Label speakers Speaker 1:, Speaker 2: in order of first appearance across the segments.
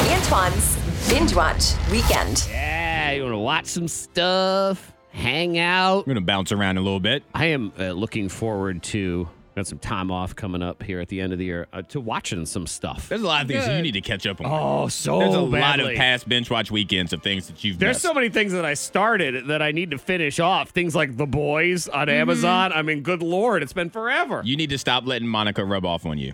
Speaker 1: Fonz Binge Watch Weekend.
Speaker 2: Yeah, you want to watch some stuff, hang out.
Speaker 3: I'm gonna bounce around a little bit.
Speaker 2: I am uh, looking forward to got some time off coming up here at the end of the year uh, to watching some stuff.
Speaker 3: There's a lot of things that you need to catch up on.
Speaker 2: Oh, so
Speaker 3: There's a lot
Speaker 2: badly.
Speaker 3: of past bench watch weekends of things that you've
Speaker 2: There's
Speaker 3: missed.
Speaker 2: so many things that I started that I need to finish off. Things like The Boys on Amazon. I mean, good lord, it's been forever.
Speaker 3: you need to stop letting Monica rub off on you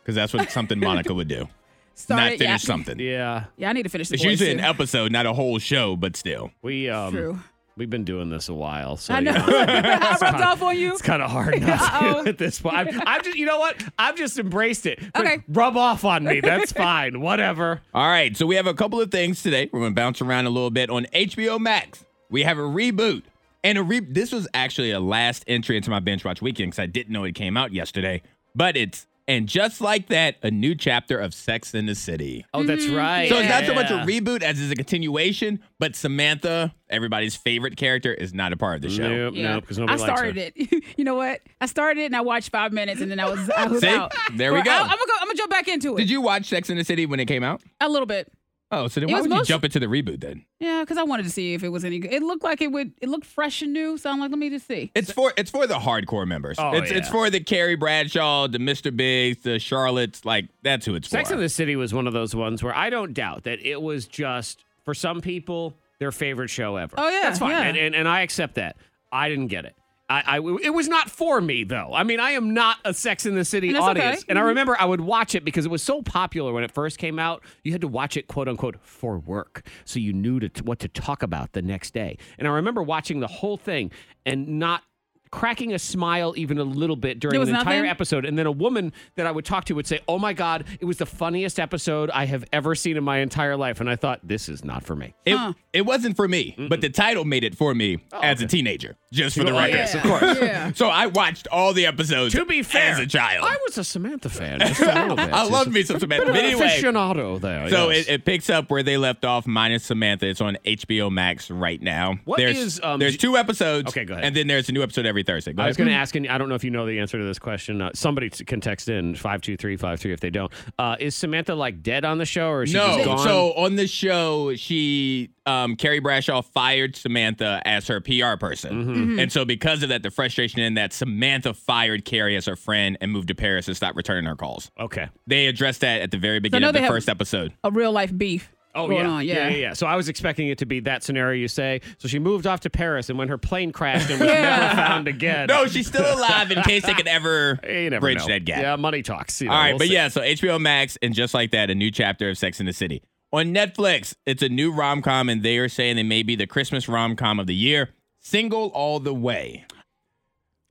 Speaker 3: because that's what something Monica would do.
Speaker 4: Sorry,
Speaker 3: not finish
Speaker 4: yeah.
Speaker 3: something.
Speaker 2: yeah,
Speaker 4: Yeah, I need to finish the
Speaker 3: It's
Speaker 4: boys
Speaker 3: usually an
Speaker 4: too.
Speaker 3: episode, not a whole show, but still.
Speaker 2: we um
Speaker 4: True.
Speaker 2: we've been doing this a while, so
Speaker 4: I
Speaker 2: you
Speaker 4: know.
Speaker 2: know.
Speaker 4: I rubbed off on you.
Speaker 2: It's kind of hard not
Speaker 4: Uh-oh.
Speaker 2: to at this point. I'm, I'm just, you know what? I've just embraced it. But
Speaker 4: Okay.
Speaker 2: Rub off on me. That's fine. Whatever.
Speaker 3: All right, so we have a couple of things today. We're going to bounce around a little bit on HBO Max. We have a reboot. And a re- this was actually a last entry into my bench watch weekend because I didn't know it came out yesterday. But it's, and just like that, a new chapter of Sex in the City.
Speaker 2: Oh, that's
Speaker 4: Mm-hmm.
Speaker 2: right.
Speaker 3: So it's not so much a reboot as it's a continuation, but Samantha, everybody's favorite character, is not a part of the show.
Speaker 2: Nope,
Speaker 4: Yeah.
Speaker 2: nope, because nobody
Speaker 4: I
Speaker 2: likes her.
Speaker 4: started it. You know what? I started it and I watched five minutes and then I was, I was
Speaker 3: See?
Speaker 4: out.
Speaker 3: There we
Speaker 4: Well,
Speaker 3: go.
Speaker 4: I, am gonna go. I'm gonna jump back into it.
Speaker 3: Did you watch Sex in the City when it came out?
Speaker 4: a little bit?
Speaker 3: Oh, so then
Speaker 4: It
Speaker 3: why
Speaker 4: was
Speaker 3: would you
Speaker 4: most-
Speaker 3: jump into the reboot then?
Speaker 4: Yeah, because I wanted to see if it was any good. It looked like it would. It looked fresh and new. So I'm like, let me just see.
Speaker 3: It's for it's for the hardcore members.
Speaker 2: Oh,
Speaker 3: it's it's
Speaker 2: yeah.
Speaker 3: for the Carrie Bradshaw, the Mr. Biggs, the Charlottes. Like that's who it's
Speaker 2: Sex
Speaker 3: for.
Speaker 2: in the City was one of those ones where I don't doubt that it was just for some people their favorite show ever.
Speaker 4: Oh, yeah,
Speaker 2: that's fine,
Speaker 4: yeah.
Speaker 2: and, and and I accept that. I didn't get it. I, I it was not for me though. I mean, I am not a Sex in the City
Speaker 4: And that's
Speaker 2: audience,
Speaker 4: okay.
Speaker 2: and I
Speaker 4: Mhm.
Speaker 2: remember I would watch it because it was so popular when it first came out. You had to watch it quote unquote for work, so you knew to, what to talk about the next day. And I remember watching the whole thing and not cracking a smile even a little bit during
Speaker 4: There was
Speaker 2: the entire
Speaker 4: nothing?
Speaker 2: episode episode. And then a woman that I would talk to would say, Oh my God, it was the funniest episode I have ever seen in my entire life. And I thought, This is not for me.
Speaker 3: It,
Speaker 4: Huh.
Speaker 3: it wasn't for me, but the title made it for me as a teenager, just for the
Speaker 2: Oh,
Speaker 3: record.
Speaker 2: yes, of
Speaker 4: course. Yeah.
Speaker 3: So I watched all the episodes.
Speaker 2: To be fair,
Speaker 3: as a child,
Speaker 2: I was a Samantha fan. Just a little bit.
Speaker 3: I
Speaker 2: Just
Speaker 3: love
Speaker 2: a-
Speaker 3: me some Samantha.
Speaker 2: bit
Speaker 3: But
Speaker 2: of an
Speaker 3: anyway,
Speaker 2: aficionado there.
Speaker 3: so
Speaker 2: yes.
Speaker 3: it, it picks up where they left off, minus Samantha. It's on HBO Max right now.
Speaker 2: What
Speaker 3: there's
Speaker 2: is, um,
Speaker 3: there's
Speaker 2: d-
Speaker 3: two episodes.
Speaker 2: Okay, go ahead.
Speaker 3: And then there's a new episode every Thursday. Go
Speaker 2: I was
Speaker 3: ahead.
Speaker 2: going to ask, and I don't know if you know the answer to this question. Uh, somebody t- can text in 52353 if they don't. Uh, is Samantha like dead on the show or is she just
Speaker 3: No,
Speaker 2: gone?
Speaker 3: so on the show, she um Carrie Bradshaw fired Samantha as her PR person,
Speaker 2: Mm-hmm.
Speaker 3: and so because of that, the frustration in that Samantha fired Carrie as her friend and moved to Paris and stopped returning her calls.
Speaker 2: okay.
Speaker 3: They addressed that at the very beginning
Speaker 4: now
Speaker 3: of the
Speaker 4: they have-
Speaker 3: first episode.
Speaker 4: a real life beef.
Speaker 2: Oh
Speaker 4: going
Speaker 2: yeah.
Speaker 4: on.
Speaker 2: yeah,
Speaker 4: yeah,
Speaker 2: yeah, yeah. So I was expecting it to be that scenario you say. So she moved off to Paris, and when her plane crashed and was
Speaker 4: Yeah.
Speaker 2: never found again. eh,
Speaker 3: No, she's still alive in case they could ever
Speaker 2: You never
Speaker 3: bridge
Speaker 2: know.
Speaker 3: that gap.
Speaker 2: Yeah, money talks. you know,
Speaker 3: All right,
Speaker 2: we'll
Speaker 3: but
Speaker 2: see.
Speaker 3: yeah, so HBO Max and just like that, a new chapter of Sex in the City. On Netflix, it's a new rom com, and they are saying it may be the Christmas rom com of the year. Single all the way.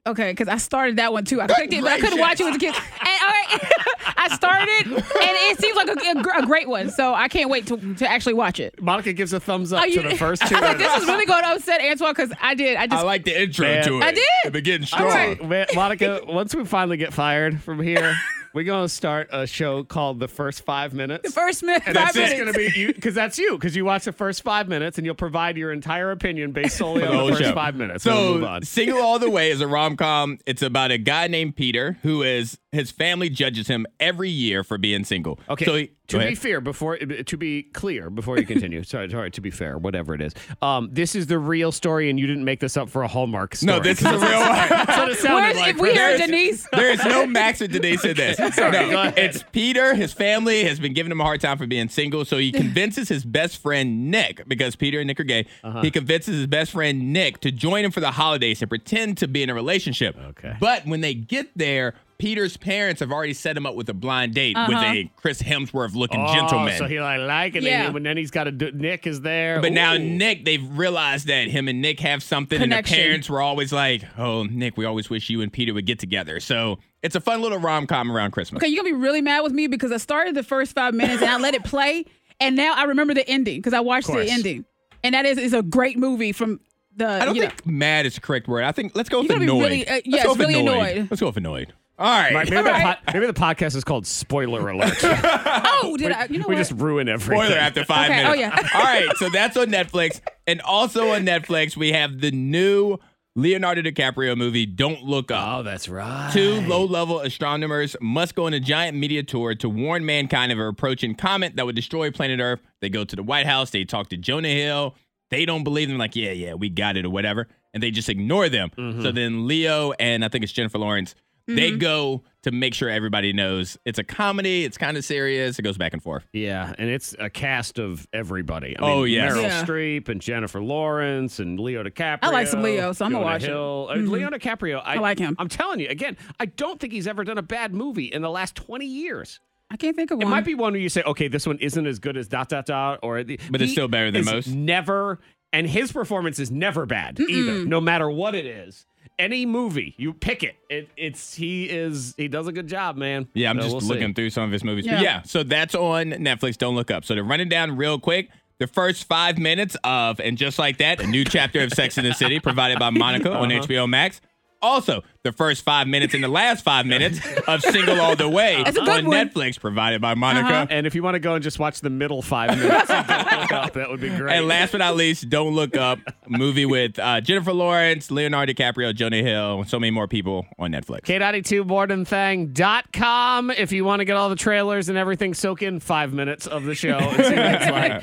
Speaker 4: Okay, because I started that one too. I clicked it, but I couldn't watch it with the kids. And, all right, I started, and it seems like a, a gr- a great one. So I can't wait to, to actually watch it.
Speaker 2: Monica gives a thumbs up
Speaker 4: Are
Speaker 2: to
Speaker 4: you-
Speaker 2: the first two.
Speaker 4: I was like, this is really going to upset Antoine because I did. I
Speaker 3: I
Speaker 4: just
Speaker 3: like the intro
Speaker 2: Man.
Speaker 3: to it.
Speaker 4: I did?
Speaker 3: It begins
Speaker 2: I'm
Speaker 3: strong.
Speaker 2: like, "Man, Monica, once we finally get fired from here, we're gonna start a show called The First Five Minutes.
Speaker 4: the first minute.
Speaker 2: and
Speaker 4: five
Speaker 2: that's just
Speaker 4: minutes.
Speaker 2: gonna be you because that's you because you watch the first five minutes and you'll provide your entire opinion based solely on
Speaker 3: whole
Speaker 2: the first
Speaker 3: show.
Speaker 2: five minutes. Then we'll move
Speaker 3: So,
Speaker 2: on.
Speaker 3: Single All the Way is a rom com. It's about a guy named Peter who is his family judges him every year for being single.
Speaker 2: Okay.
Speaker 3: So he,
Speaker 2: to
Speaker 3: go
Speaker 2: be
Speaker 3: ahead.
Speaker 2: fair, before uh, to be clear, before you continue, sorry, sorry. To be fair, whatever it is, um, this is the real story, and you didn't make this up for a Hallmark story.
Speaker 3: no, this is a real one.
Speaker 2: That's what it sounded
Speaker 4: Where's-
Speaker 2: like.
Speaker 4: if we
Speaker 2: right?
Speaker 4: heard
Speaker 3: There's-
Speaker 4: Denise?
Speaker 3: There is no Max or Denise in this. No,
Speaker 2: go ahead.
Speaker 3: it's Peter. His family has been giving him a hard time for being single, so he convinces his best friend Nick, because Peter and Nick are gay.
Speaker 2: Uh-huh.
Speaker 3: He convinces his best friend Nick to join him for the holidays and pretend to be in a relationship.
Speaker 2: Okay.
Speaker 3: But when they get there, Peter's parents have already set him up with a blind date with a Chris Hemsworth looking
Speaker 2: Oh,
Speaker 3: gentleman.
Speaker 2: So he like liking
Speaker 4: Yeah.
Speaker 2: it, and then he's got a d- Nick is there.
Speaker 3: But now
Speaker 2: Ooh.
Speaker 3: Nick, they've realized that him and Nick have something,
Speaker 4: Connection.
Speaker 3: and the parents were always like, "Oh, Nick, we always wish you and Peter would get together." So it's a fun little rom com around Christmas.
Speaker 4: Okay, you're gonna be really mad with me because I started the first five minutes and I let it play, and now I remember the ending because I watched
Speaker 2: Of
Speaker 4: the
Speaker 2: course.
Speaker 4: ending, and that is is a great movie from the.
Speaker 3: I don't
Speaker 4: you know-
Speaker 3: think mad is the correct word. I think let's go with
Speaker 4: gotta be
Speaker 3: annoyed.
Speaker 4: really- uh,
Speaker 3: let's
Speaker 4: yes,
Speaker 3: go with
Speaker 4: really
Speaker 3: annoyed.
Speaker 4: annoyed.
Speaker 3: Let's go with annoyed. All right.
Speaker 2: Like, maybe,
Speaker 4: All
Speaker 2: the
Speaker 4: right.
Speaker 2: po- maybe the podcast is called Spoiler Alert.
Speaker 4: oh, did I? You know
Speaker 2: we
Speaker 4: what?
Speaker 2: just ruin everything.
Speaker 3: Spoiler after five
Speaker 4: Okay,
Speaker 3: minutes.
Speaker 4: oh, yeah.
Speaker 3: All right, so that's on Netflix, and also on Netflix we have the new Leonardo DiCaprio movie, Don't Look Up.
Speaker 2: Oh, that's right.
Speaker 3: Two low level astronomers must go on a giant media tour to warn mankind of an approaching comet that would destroy planet Earth. They go to the White House, they talk to Jonah Hill. They don't believe them, like, yeah, yeah, we got it or whatever. And they just ignore them. So then Leo and I think it's Jennifer Lawrence, they go to make sure everybody knows it's a comedy, it's kind of serious, it goes back and forth.
Speaker 2: Yeah, and it's a cast of everybody. I
Speaker 3: Oh,
Speaker 2: mean,
Speaker 3: yes.
Speaker 2: Meryl
Speaker 4: Yeah.
Speaker 2: Streep and Jennifer Lawrence and Leo DiCaprio.
Speaker 4: I like some Leo, so I'ma
Speaker 2: Jonah
Speaker 4: watch it. Mm-hmm.
Speaker 2: Hill. Uh, Leo DiCaprio. I,
Speaker 4: like him.
Speaker 2: I'm telling you again. I don't think he's ever done a bad movie in the last 20 years.
Speaker 4: I can't think of
Speaker 2: It
Speaker 4: one.
Speaker 2: might be one where you say, okay, this one isn't as good as dot dot dot, or the,
Speaker 3: But it's
Speaker 2: he
Speaker 3: still better than
Speaker 2: is
Speaker 3: most.
Speaker 2: Never, and his performance is never bad either, no matter what it is. Any movie you pick it, it it's he is he does a good job, man.
Speaker 3: Yeah, I'm
Speaker 2: So
Speaker 3: just
Speaker 2: we'll see.
Speaker 3: looking through some of his movies. But
Speaker 4: Yeah.
Speaker 3: yeah, so that's on Netflix. Don't look up. So to run it down real quick, the first five minutes of and just like that, a new chapter of Sex in the City provided by Monica on
Speaker 2: Uh-huh.
Speaker 3: HBO Max. Also, the first five minutes and the last five minutes of Single All the Way
Speaker 4: It's a good
Speaker 3: on
Speaker 4: one. Uh-huh.
Speaker 3: Netflix provided by Monica.
Speaker 2: And if you want to go and just watch the middle five minutes, of Don't Look Up, that would be great.
Speaker 3: And last but not least, Don't Look Up, movie with uh, Jennifer Lawrence, Leonardo DiCaprio, Jonah Hill, and so many more people on Netflix.
Speaker 2: K92MordenThing.com if you want to get all the trailers and everything. Soak in five minutes of the show and see what it's like.